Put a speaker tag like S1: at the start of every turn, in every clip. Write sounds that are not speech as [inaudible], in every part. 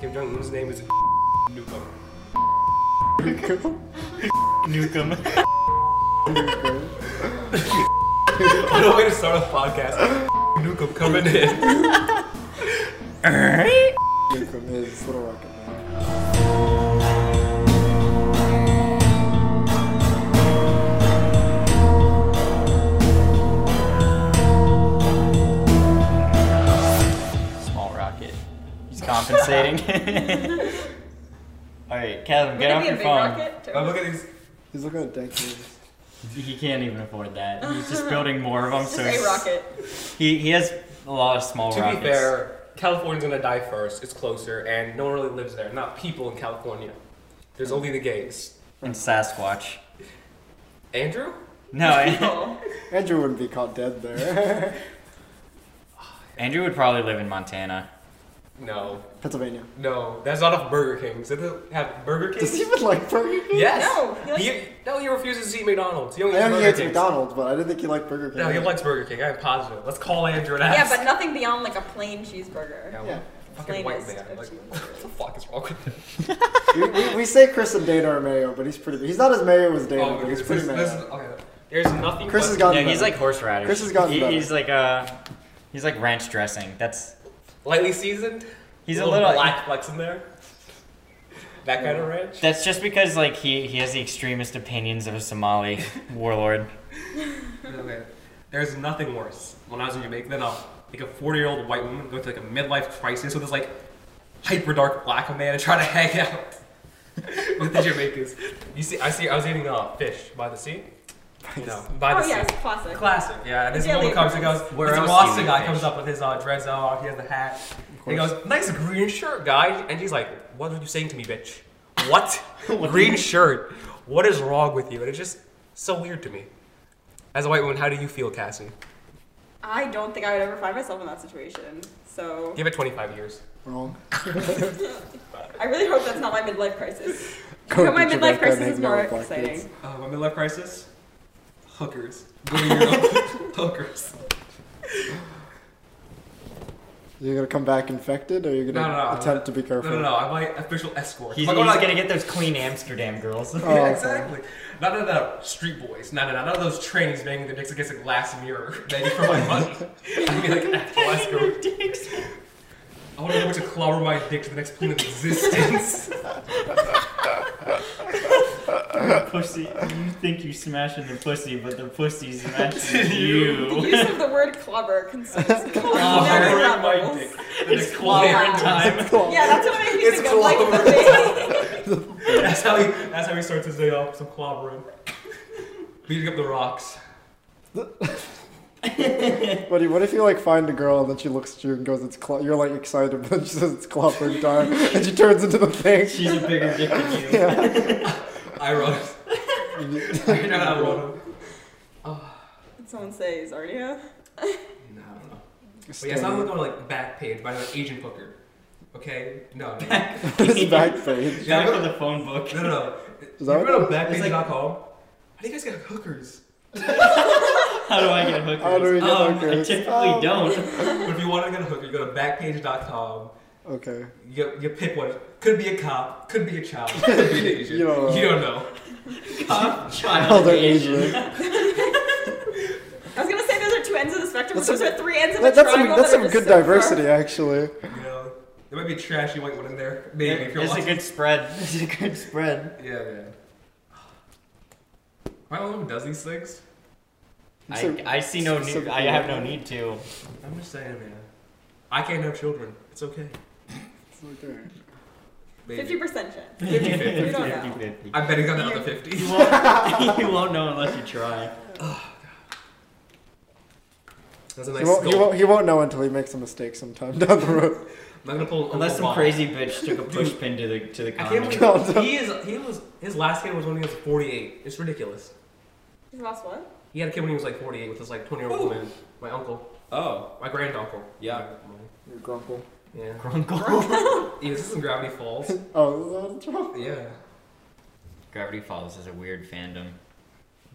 S1: Kim Jong Un's name is Nukem.
S2: Nukem.
S1: [laughs] What a way to start a podcast. Uh, Nukem coming in.
S2: Nukem is Little Rocket Man.
S3: Small rocket.
S2: [laughs]
S3: He's compensating. All right, Kevin, get
S4: Would it
S3: off
S4: be a
S3: your
S4: big
S3: phone.
S4: rocket?
S2: Oh,
S1: But look at these.
S2: He's looking at dank movies.
S3: He can't even afford
S4: [laughs]
S3: that. He's just building more of them.
S4: Just
S3: so
S4: a
S3: it's-
S4: rocket.
S3: He he has a lot of small
S1: To
S3: rockets.
S1: be fair, California's gonna die first. It's closer, and no one really lives there. Not people in California. There's only the gays.
S3: and Sasquatch.
S1: Andrew?
S3: No,
S4: [laughs]
S2: [laughs]
S3: I-
S4: Cool.
S2: Andrew wouldn't be caught dead there.
S3: [laughs]
S2: [laughs]
S3: Andrew would probably live in Montana.
S1: No,
S2: Pennsylvania.
S1: no. That's not a Burger King. Does it have Burger King?
S2: Does he even like Burger King?
S1: Yes.
S4: No, he likes-
S1: He- no, he refuses to eat McDonald's. He
S2: I
S1: only eats
S2: know he
S1: Burger
S2: hates
S1: King.
S2: McDonald's, but I didn't think he liked Burger King.
S1: No, he likes Burger King. I'm positive. Let's call Andrew and
S4: yeah,
S1: ask.
S4: but nothing beyond like a plain cheeseburger. Oh,
S1: Yeah,
S2: Yeah.
S1: Fucking white
S4: Plainest
S1: man.
S4: of
S1: Like, [laughs] what
S4: cheeseburgers.
S1: the fuck is wrong with him?
S2: we, we, we say Chris and Dana are mayo, but he's pretty. He's not as mayo as Dana,
S1: Oh,
S2: but
S1: this,
S2: he's
S1: this,
S2: pretty
S1: this,
S2: mayo.
S1: is- okay. There's nothing.
S2: Chris
S1: but-
S2: has gotten
S3: yeah, he's
S2: better.
S3: like horseradish.
S2: Chris has gotten
S3: he,
S2: better.
S3: He's like uh, he's like ranch dressing. That's
S1: lightly seasoned.
S3: He's a little-
S1: black flecks in there. That kind of ranch.
S3: that's just because like he he has the extremist opinions of a Somali [laughs] warlord.
S1: Okay. There's nothing worse when I was in Jamaica than a like a 40 year old white woman going through like a midlife crisis with this like hyper dark black man and trying to hang out [laughs] with the Jamaicans. You see, I see, I was eating uh, fish by the sea. No, by the
S4: Oh
S1: sea.
S4: yes, classic.
S1: Classic, yeah. And this
S4: Yeah,
S1: woman
S4: they-
S1: comes and goes,
S3: Where
S1: this
S3: else do
S1: Rasta
S3: you
S1: guy
S3: eat
S1: comes
S3: fish?
S1: up with his uh, dress on, he has the hat. He
S2: course.
S1: goes, nice green shirt, guy. And he's like, what are you saying to me, bitch?
S2: [laughs]
S1: What? green shirt. What is wrong with you? And it's just so weird to me. As a white woman, how do you feel, Cassie?
S4: I don't think I would ever find myself in that situation. So
S1: Give it 25 years.
S2: Wrong.
S4: I really hope that's not my midlife
S2: [laughs]
S4: crisis.
S2: Go
S4: But my
S2: to
S4: midlife
S2: Jamaica
S4: crisis
S2: and hang
S4: is
S2: out
S4: more
S2: with black
S4: exciting.
S2: kids.
S1: Uh, my midlife crisis? Hookers. [laughs] Go to Europe. Hookers.
S2: You're gonna come back infected, or you're gonna
S1: No, no, no.
S2: attempt to be
S1: No,
S2: careful.
S1: no, no. I'm like official escort.
S3: He's,
S1: I'm
S3: he's
S1: going out-
S3: gonna get those clean Amsterdam girls.
S2: [laughs] Oh,
S1: yeah,
S2: okay.
S1: exactly. Not None of the street boys. None of that. None of those trains banging their dicks against a glass mirror [laughs] begging for
S2: [laughs]
S1: my money. I'd be like an actual escort. I want to know what to clobber my dick to the next plane of
S2: [laughs]
S1: existence.
S3: pussy. You think you smashing the pussy, but
S1: [laughs]
S3: the pussy's smashing
S4: The
S3: you.
S4: use of the word
S2: [laughs]
S4: clobber concerns me. Very
S1: Clobbering my
S4: levels.
S1: dick. to the
S3: [laughs] It's
S1: next plane of
S4: clobber.
S3: clobbering
S1: [laughs]
S3: time.
S4: Yeah, that's what makes me
S1: It's
S4: think of like
S1: clobber.
S4: the [laughs] day.
S1: That's how he. That's how he starts his day off. Some clobbering, beating up the rocks.
S2: What, do you- what if you like find a girl and then she looks at you and goes, "It's cl-, you're like excited, but she says it's clobbering time," and she turns into the thing.
S3: She's a bigger
S1: [laughs]
S3: dick than you.
S2: Yeah.
S1: I wrote. it. [laughs] I know how I wrote it.
S4: Did someone say Zarnia?
S1: No, I don't know. But yeah, it's not going to like back page by like agent hooker. Okay? No, no.
S2: His back page.
S1: Yeah,
S3: Back
S1: but-
S3: on the phone book.
S1: No, no, no.
S2: Is
S1: You
S2: that
S1: go to
S2: what-
S1: backpage.com. How do you guys get hookers?
S3: [laughs] How do I get hookers?
S2: How do we get
S3: um, [laughs] I
S2: hookers?
S3: typically
S2: Um,
S3: don't.
S2: [laughs]
S1: but if you want to get a hooker, you go to backpage.com.
S2: [laughs] Okay.
S1: You, you pick one. Could be a cop, could be a child, could
S2: [laughs]
S1: be an Asian.
S2: You don't know.
S1: You don't know.
S3: Cop,
S2: Oh,
S3: child,
S2: they're
S3: Asian. [laughs]
S2: Asian.
S4: I was gonna say those are two ends of the spectrum, but
S2: That's
S4: those are three ends of the
S2: That, that's some,
S4: triangle.
S2: that's
S4: that
S2: some
S4: are just
S2: good
S4: so far.
S2: diversity, actually.
S1: You know. There might be a trashy white one in there. Maybe if you're
S3: It's a
S1: lucky.
S3: good spread. [laughs] It's a good spread.
S1: Yeah, man. My mom does these things.
S2: So-
S3: I, I see no
S2: so-
S3: need. I have no need to.
S1: I'm just saying, man. I can't have children. It's okay.
S2: It's like, alright.
S1: Maybe.
S4: Fifty percent
S3: [laughs]
S4: chance.
S1: 50-50.
S4: You don't know.
S3: 50-50.
S1: I bet he got another 50.
S3: [laughs] You won't, [laughs] you won't know unless you try.
S1: That's a
S2: He
S1: nice
S2: won't, he,
S1: goal.
S2: won't, he won't know until he makes a mistake sometime [laughs] down the road.
S1: I'm not gonna pull an
S3: Unless
S1: Uncle
S3: some
S1: Bob.
S3: crazy bitch took a push pin to the to the
S1: I can't
S3: [laughs] condom.
S1: believe
S2: Calm down.
S1: he is. He was. His last kid was when he was 48. It's ridiculous.
S4: His last one?
S1: He had a kid when he was like 48 with this like 20 year old woman. My uncle.
S5: Oh,
S1: My granduncle.
S5: Yeah.
S2: Your grumple.
S1: Yeah.
S3: Grunkle.
S1: He was in Gravity
S3: [laughs]
S1: Falls.
S2: Oh, that's wrong.
S1: Yeah.
S3: Gravity Falls is a weird fandom.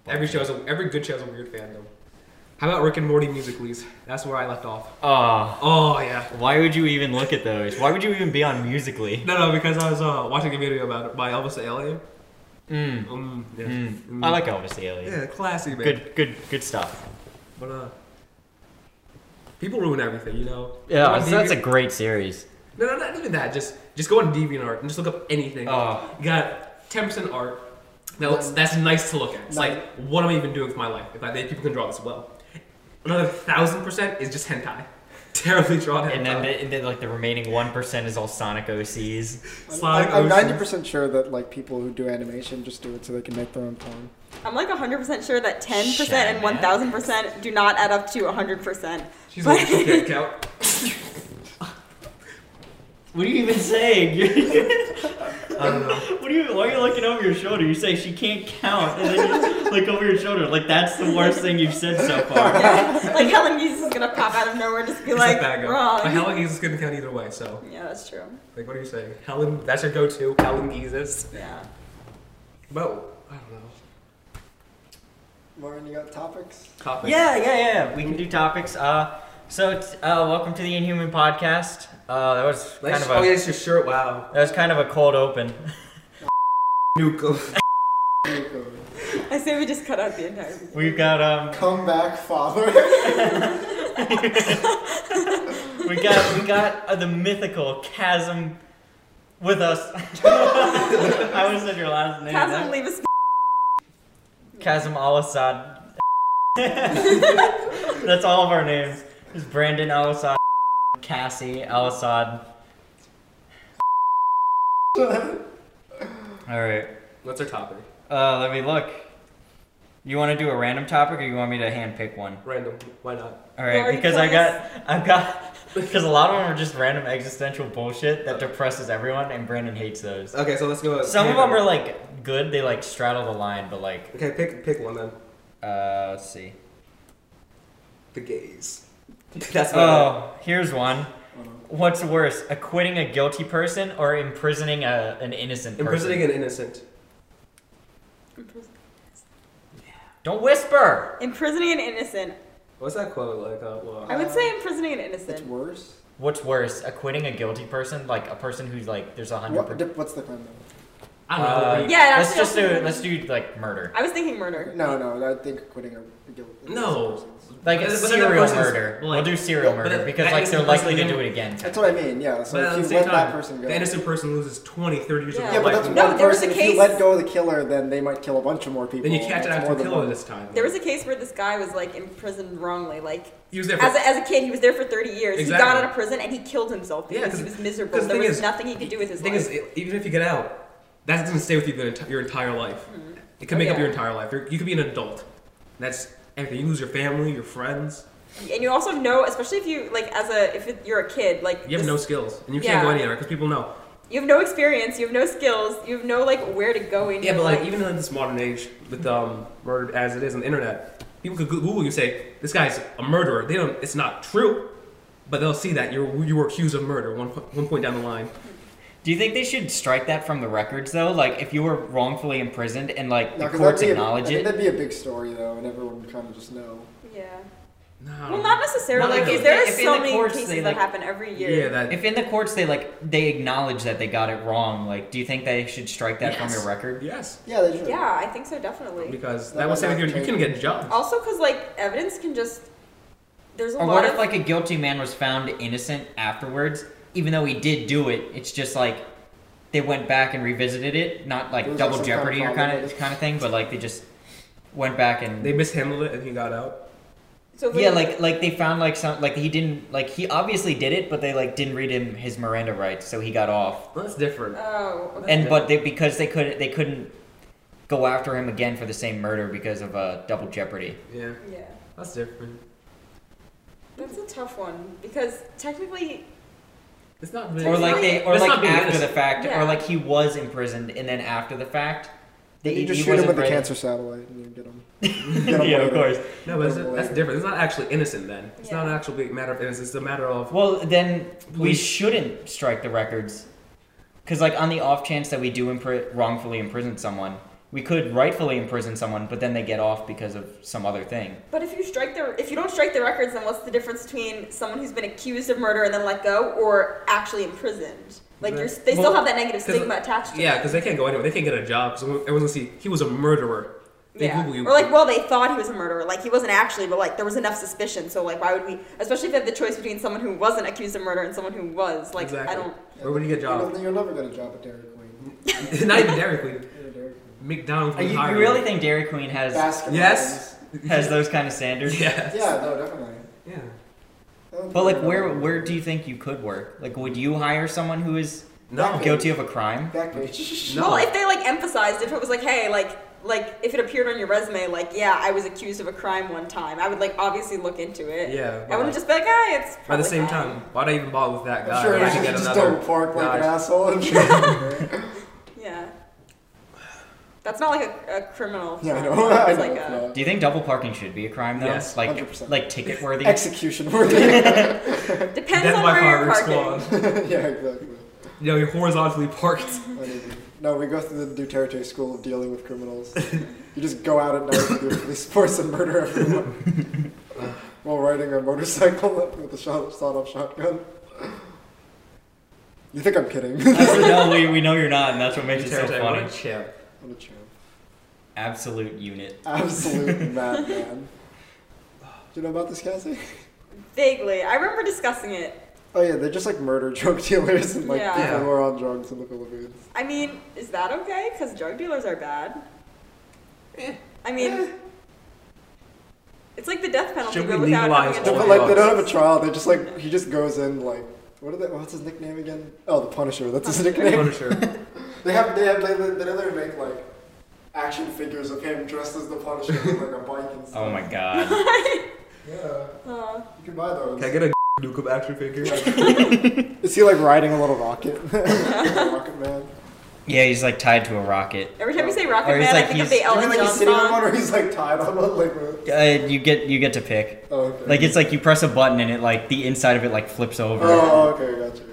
S1: Every show has a, every good show has a weird fandom. How about Rick and Morty musicallys? That's where I left off.
S3: Ah,
S1: Oh yeah.
S3: why would you even look at those? Why would you even be on
S6: [laughs]
S3: Musically?
S1: No, no, because I was uh, watching a video about it by Elvis the Alien.
S6: Hmm,
S3: Mm.
S1: Um, yeah.
S3: Mm. I like Elvis the Alien.
S1: Yeah, classy man.
S3: Good, good, good stuff.
S1: But uh, people ruin everything, you know. Go
S3: Yeah,
S1: on
S3: so that's a
S1: Deviant-
S3: great series.
S1: no, no, not even that. Just, just go on DeviantArt and just look up anything.
S3: Oh,
S1: You got ten percent art. That looks, that's nice to look at. It's like, what am I even doing with my life if I, people can draw this well? Another thousand percent is just hentai. [laughs] Terribly drawn hentai.
S3: and then, the, and then like the remaining one percent is all Sonic OCs.
S1: Sonic
S2: I'm
S1: Ocean.
S2: ninety percent sure that like people who do animation just do it so they can make their own porn.
S4: I'm like 100% sure that 10% and
S3: Shut up.
S4: 1000% do not add up to
S1: [laughs]
S4: 100%.
S1: She's like, okay, count.
S6: What are you even saying? [laughs] You're-
S1: I don't know.
S6: what are you? Why are you looking over your shoulder? You say she can't count, and then you just look over your shoulder. Like that's the worst thing you've said so far.
S4: Yeah. like Helen Geese is gonna pop out of nowhere and just be
S1: It's
S4: like,
S1: a bad guy.
S4: wrong.
S1: But Helen Geezus couldn't count either way, so.
S4: yeah, that's true.
S1: Like, what are you saying? Helen, that's your go-to, Helen Geezus.
S4: Yeah.
S1: But, I don't know.
S2: Lauren, you got topics?
S1: Topic.
S3: Yeah, yeah, yeah. We can do topics. Uh, so it's, uh, welcome to the Inhuman podcast. Uh, that was kind
S1: Nice.
S3: of
S1: oh,
S3: a
S1: yeah, it's your shirt. Wow.
S3: that was kind of a cold open. [laughs]
S1: Nuke.
S4: I say we just cut out the entire thing.
S3: We've got um, [laughs]
S2: Come back, [laughs] father.
S3: we got we got uh, the mythical chasm with us. [laughs]
S6: I would have said your last name.
S4: Have them
S6: That-
S4: leave us.
S3: Chasm Al Assad. [laughs] That's all of our names. It's Brandon Al Assad, Cassie Al Assad. All right.
S1: What's our topic?
S3: Uh, let me look. You want to do a random topic, or you want me to hand pick one?
S1: Random. Why not?
S3: All
S4: You
S3: right,
S4: already
S3: because I
S4: told
S3: got, I've got, [laughs] because a lot of them are just random existential bullshit that depresses everyone, and Brandon hates those.
S1: Uh, Okay, so let's go.
S3: Some of them are like good; they like straddle the line, but like,
S1: Okay, pick pick one then.
S3: uh, let's see.
S1: The gays. [laughs] That's not
S3: Oh, here's one. What's worse, acquitting a guilty person or imprisoning a, an innocent person?
S1: Imprisoning an innocent.
S3: Don't whisper.
S4: Imprisoning an innocent.
S1: What's that quote like? Uh, well,
S4: I would say imprisoning an
S2: it's
S4: innocent.
S2: worse.
S3: What's worse, acquitting a guilty person, like a person who's like there's a hundred.
S2: What,
S3: percent.
S2: dip- what's the crime? though?
S1: I don't know.
S3: Uh,
S1: what do
S4: Yeah,
S3: let's
S4: actually,
S3: just do
S4: also-
S3: let's do like murder,
S4: I was thinking murder.
S2: No, no. I think quitting a guilt.
S1: you- no. But- but
S3: like
S1: then that
S3: serial
S1: person's,
S3: murder. we'll
S1: like-
S3: do serial
S1: but
S3: murder
S1: that-
S3: because
S1: that
S3: like
S1: is
S3: they're
S1: the person
S3: likely to
S1: who-
S3: do it again.
S2: That's what I mean. Yeah. So
S1: But at the
S2: if you
S1: same
S2: let that
S1: time,
S2: person go.
S1: The innocent person loses 20, 30 years
S4: Yeah.
S1: of
S2: yeah,
S1: their
S2: but
S1: life.
S2: that's
S1: in
S2: one
S4: No, there was
S2: person.
S4: a
S2: If you
S4: case-
S2: let go of the killer, then they might kill a bunch of more people.
S1: Then you catch it
S2: That's
S1: after
S2: more than
S1: killing
S2: one.
S1: this time.
S4: There was a case where this guy was like imprisoned wrongly. Like
S1: he was there for
S4: as a, as a kid, he was there for 30 years. He got
S1: Exactly.
S4: out of prison and he killed himself
S1: Yeah,
S4: because he
S1: 'cause-
S4: was miserable.
S1: 'cause the
S4: There
S1: thing
S4: was
S1: is-
S4: nothing he could do with his
S1: The thing
S4: life.
S1: is, e- even if you get out, that doesn't stay with you the enti- your entire life. It can
S4: Oh,
S1: make up
S4: yeah.
S1: your entire life. You're, you could be an adult. That's everything. You lose your family, your friends.
S4: and you also know, especially if you like as a if it- you're a kid, like
S1: You have no
S4: this-
S1: skills, and you can't go
S4: Yeah.
S1: anywhere because people know.
S4: you have no experience, you have no skills, you have no like where to go in.
S1: Yeah,
S4: your
S1: but like
S4: life.
S1: even in this modern age, with um, murder as it is on the internet, people could Google you and say this guy's a murderer. They don't. It's not true, but they'll see that you're you were accused of murder one po- one point down the line.
S3: Do you think they should strike that from the records though? Like if you were wrongfully imprisoned and like
S2: No,
S3: the
S2: 'cause
S3: courts
S2: that'd be a-
S3: acknowledge
S2: I think
S3: it?
S2: That'd be a big story though, and everyone would kind of just know.
S4: yeah.
S1: No. I
S4: Well,
S1: don't
S4: not
S1: know.
S4: necessarily.
S3: Not
S4: Like,
S3: like-
S4: is there are
S3: if in
S4: so
S3: the
S4: many
S3: courts
S4: cases
S3: they,
S4: that
S3: like-
S4: happen every year?
S1: Yeah, that.
S3: If in the courts they like they acknowledge that they got it wrong, like do you think they should strike that from your
S1: Yes.
S3: record?
S1: yes,
S2: Yeah, they should.
S4: Yeah, I think so, definitely.
S1: because
S2: That
S1: that will
S2: might
S1: stay with you.
S2: not
S1: You
S2: change.
S1: can get judged.
S4: Also, because like evidence can just there's a
S3: Or
S4: lot
S3: what
S4: of
S3: if like a guilty man was found innocent afterwards, even though he did do it? It's just like they went back and revisited it, not like
S2: It was, like,
S3: double
S2: some kind of
S3: jeopardy or kind of
S2: problem.
S3: kind of thing, but like they just went back and
S1: They mishandled it, and he got out.
S4: so if
S3: yeah,
S4: we-
S3: like like they found like some like he didn't like he obviously did it, but they like didn't read him his Miranda rights, so he got off.
S1: Well, that's different.
S4: oh okay.
S3: and but they because they couldn't they couldn't go after him again for the same murder because of uh, double jeopardy.
S1: Yeah,
S4: yeah.
S1: that's different.
S4: That's a tough one because technically,
S1: It's not really.
S3: Or like they or
S1: That's not
S3: like
S1: being
S3: after the
S1: innocent.
S3: fact,
S4: Yeah.
S3: or like he was imprisoned and then after the E fact, they,
S2: You
S3: he
S2: just shoot him
S3: wasn't
S2: with a
S3: ready.
S2: cancer satellite and you get him.
S3: yeah, of course.
S1: No, but it's, that's different. It's not actually innocent then. It's not
S4: Yeah.
S1: an actual big matter of innocence. It's a matter of
S3: Well, then we
S1: Please.
S3: shouldn't strike the records, because like on the off chance that we do impri- wrongfully imprison someone, we could rightfully imprison someone, but then they get off because of some other thing.
S4: But if you strike the if you don't strike the records, then what's the difference between someone who's been accused of murder and then let go, or actually imprisoned? Like you're, they still
S1: Well,
S4: have that negative
S1: 'cause-
S4: stigma attached to
S1: Yeah,
S4: it.
S1: because they can't go anywhere. They can't get a job. So everyone's gonna see he was a murderer. They
S4: yeah.
S1: Google you.
S4: Or like, well, they thought he was a murderer. Like he wasn't actually, but like there was enough suspicion. So like, why would we? Especially if they had the choice between someone who wasn't accused of murder and someone who was. Like
S1: exactly.
S4: I don't.
S1: Where would you get a
S2: You don't-
S1: job?
S2: You'll never get a job at Dairy
S3: [laughs]
S1: [laughs]
S2: Queen.
S1: Not even Dairy Queen.
S2: You're a Dairy Queen.
S1: McDonald's.
S3: You,
S1: would
S3: you
S1: hire [laughs]
S3: really think Dairy Queen has
S2: Baskin
S1: Yes.
S3: has those kind of standards?
S1: Yes.
S2: Robbins. Yeah, no, definitely.
S1: Yeah.
S3: But like, where where do you think you could work? Like, would you hire someone who is
S1: No.
S3: guilty of a crime? [laughs]
S2: Backpage.
S1: No.
S4: Well, if they like emphasized, if it was like, hey, like like if it appeared on your resume, like yeah, I was accused of a crime one time, I would like obviously look into it.
S1: Yeah.
S4: I
S1: but
S4: wouldn't just be like, hey, it's.
S1: At the
S4: probably
S1: same
S4: fine."
S1: time, why'd I even bother with that guy?
S2: I'm sure
S1: I
S2: you
S1: should
S2: should
S1: get
S2: just
S1: another.
S2: don't park like an
S1: guy. [laughs]
S2: asshole. [laughs] yeah,
S4: Yeah. That's not like a, a criminal.
S2: I
S4: crime.
S3: [laughs]
S2: know. [laughs] I
S4: It's
S2: know.
S4: like a,
S3: uh, Do you think double parking should be a crime though?
S1: Yes,
S3: like
S2: 100%.
S3: like ticket worthy.
S2: Execution worthy.
S4: depends
S1: Death
S4: on
S1: by
S4: where you're
S1: fireworks
S4: parking.
S1: squad. [laughs]
S2: [laughs] yeah, exactly.
S1: You know, you're horizontally parked.
S2: I mean, No, we go through the Duterte school of dealing with criminals. you just go out at night with your police force and murder everyone while riding a motorcycle [laughs] with a shot, sawed-off shotgun. You think I'm kidding? [laughs]
S3: [laughs] That's- no, we, we know you're not, and that's what makes it so
S1: Terrence, I want
S3: funny.
S1: a chip.
S2: [laughs] what a champ.
S3: Absolute unit.
S2: Absolute madman. Do you know about this, Cassie?
S4: Vaguely, I remember discussing it.
S2: Oh yeah, they're just like murder drug dealers and like
S4: Yeah.
S2: people
S1: Yeah.
S2: who are on drugs in the Philippines.
S4: I mean, is that okay? Because drug dealers are bad.
S2: Eh.
S4: I mean, it's like the death penalty,
S1: Should we
S4: but without
S1: legalize
S4: having a
S2: No,
S1: all
S4: trial.
S2: but like they don't have a
S1: drugs.
S2: trial. They just like he just goes in like what are they, what's his nickname again? Oh, the Punisher. That's his nickname.
S1: Punisher.
S2: They have they have they, they, they literally make like action figures of him dressed as the Punisher with like a bike and stuff.
S3: Oh my god.
S2: Yeah,
S4: Uh,
S2: you can buy those.
S1: Can I get a [laughs] Nukem action figure?
S2: Is he like riding a little rocket? [laughs] rocket man.
S3: Yeah, he's like tied to a rocket.
S4: every time you say
S3: Or
S4: Rocket
S3: he's
S4: Man, I
S3: like-
S4: think
S3: he's-
S4: of the
S2: You
S4: Ellen
S2: mean like he's
S4: Johnson.
S2: sitting on one or he's like tied on one like? with-
S3: Uh, you get you get to pick.
S2: Oh, okay.
S3: Like it's like you press a button and it like the inside of it like flips over.
S2: Oh, okay, gotcha.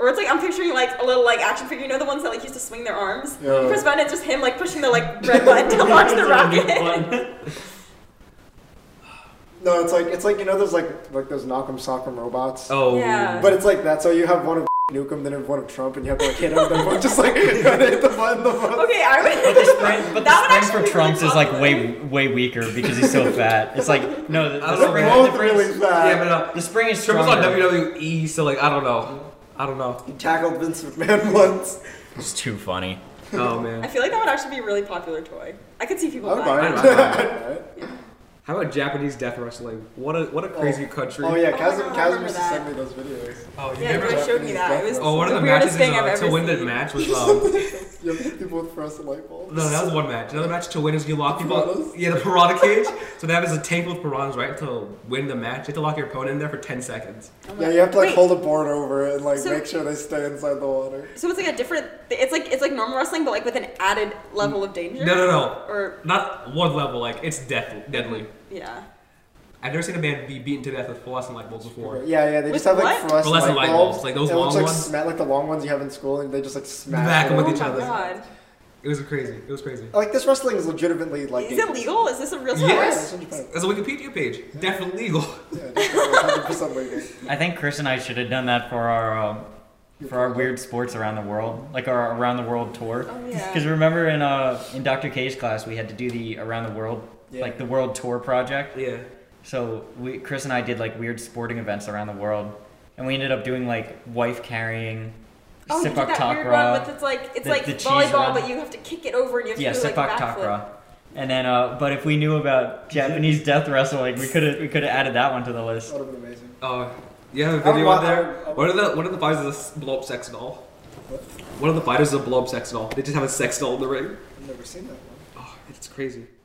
S4: Or it's like I'm picturing like a little like action figure. You know the ones that like used to swing their arms.
S2: Yeah.
S4: Chris Button, it's just him like pushing the like red button to launch the rocket.
S2: No, it's like it's like you know those like like those Knock'em Sock'em robots.
S1: Oh.
S4: Yeah.
S2: But it's like that. So you have one of [laughs] Nukem, then you have one of Trump, and you have to like [laughs] hit him, then one just like hit the button, the button.
S4: [laughs] Okay, I
S3: But the
S4: would.
S3: sprint, but
S4: That would
S3: the
S4: actually
S3: sprint
S4: be
S3: for Trump's
S4: really
S3: is like
S4: popular.
S3: way way weaker because he's so fat. It's like no, the,
S1: I
S3: the,
S1: don't know,
S3: spring,
S1: man.
S3: the,
S2: Both
S3: spring
S2: really
S3: is,
S2: bad.
S1: Yeah, but uh,
S3: the spring is
S1: Tripple's on
S3: stronger.
S1: WWE, so like I don't know. I don't know.
S2: He tackled Vince McMahon [laughs] once.
S1: E.
S3: It's too funny.
S1: Oh
S4: I
S1: man.
S4: feel like that would actually be a really popular toy. I could see people
S2: I would buy
S4: buying
S2: it.
S4: it.
S1: I'd buy
S2: [laughs] Alright.
S1: How about Japanese death wrestling? What a what a crazy country.
S2: Oh yeah,
S4: Oh my
S2: Kazim
S4: God, I
S2: Kazim
S4: remember
S2: used to
S4: that.
S2: send me those videos. [laughs]
S1: Oh, you
S4: Yeah,
S1: never-
S4: you guys showed me that. It was
S1: Oh, one
S4: the
S1: of the matches
S4: weirdest
S1: is
S4: thing I've
S1: uh,
S4: ever
S1: to win that
S4: seen.
S1: match was um.
S2: You have people with fluorescent light bulbs.
S1: No, that was one match. Another match to win is you lock people.
S2: Piranhas?
S1: Yeah, the piranha cage. so that is a tangle with piranhas, right? To win the match, you have to lock your opponent in there for ten seconds.
S2: Yeah, you have to like
S4: Wait.
S2: hold a board over it and like
S4: So-
S2: make sure they stay inside the water.
S4: So it's like a different. It's like it's like normal wrestling, but like with an added level of danger.
S1: No, no, no.
S4: Or
S1: Not one level, like it's death deadly.
S4: yeah.
S1: I've never seen a man be beaten to death with fluorescent light bulbs before.
S2: Yeah, yeah, they
S4: With
S2: just have like fluorescent
S4: what?
S1: Fluorescent
S2: light
S1: light bulbs,
S2: bulbs,
S1: like those
S2: and it looks
S1: long
S2: like
S1: ones.
S2: sma- like the long ones you have in school, and they just like smash.
S1: Back 'em
S2: it.
S1: with
S4: oh
S1: each
S4: my
S1: other.
S4: god.
S1: It was crazy. It was crazy.
S2: Like this wrestling is legitimately like.
S4: Is it
S2: dangerous.
S4: legal? Is this a real
S2: Yeah,
S1: Yes.
S4: sport?
S2: it's in Japan.
S1: There's a Wikipedia page. Definitely legal. [laughs]
S2: Yeah, [laughs] it's 100% legal.
S3: I think Chris and I should have done that for our um, for our weird sports around the world, like our around the world tour.
S4: Oh, yeah.
S3: Because remember in uh in Dr. K's class we had to do the around the world
S2: Yeah.
S3: like the world tour project.
S1: Yeah.
S3: So we Chris and I did like weird sporting events around the world, and we ended up doing like wife carrying,
S4: Oh, you did
S3: sepak
S4: that weird one,
S3: takra.
S4: but it's like it's
S3: the-
S4: like
S3: the cheese
S4: volleyball,
S3: run.
S4: but you have to kick it over and you have to
S3: Yeah,
S4: do like
S3: sepak
S4: backflip.
S3: takra. And then, uh, but if we knew about Japanese death wrestling, we could have we could have added that one to the list.
S2: That would have been amazing.
S1: Uh, you have a
S2: I would
S1: video
S2: want-
S1: out there.
S2: I would-
S1: One of the one of the fighters is a blow up sex doll.
S2: What?
S1: One of the fighters is a blow up sex doll. They just have a sex doll in the ring.
S2: I've never seen that one.
S1: Oh, it's crazy.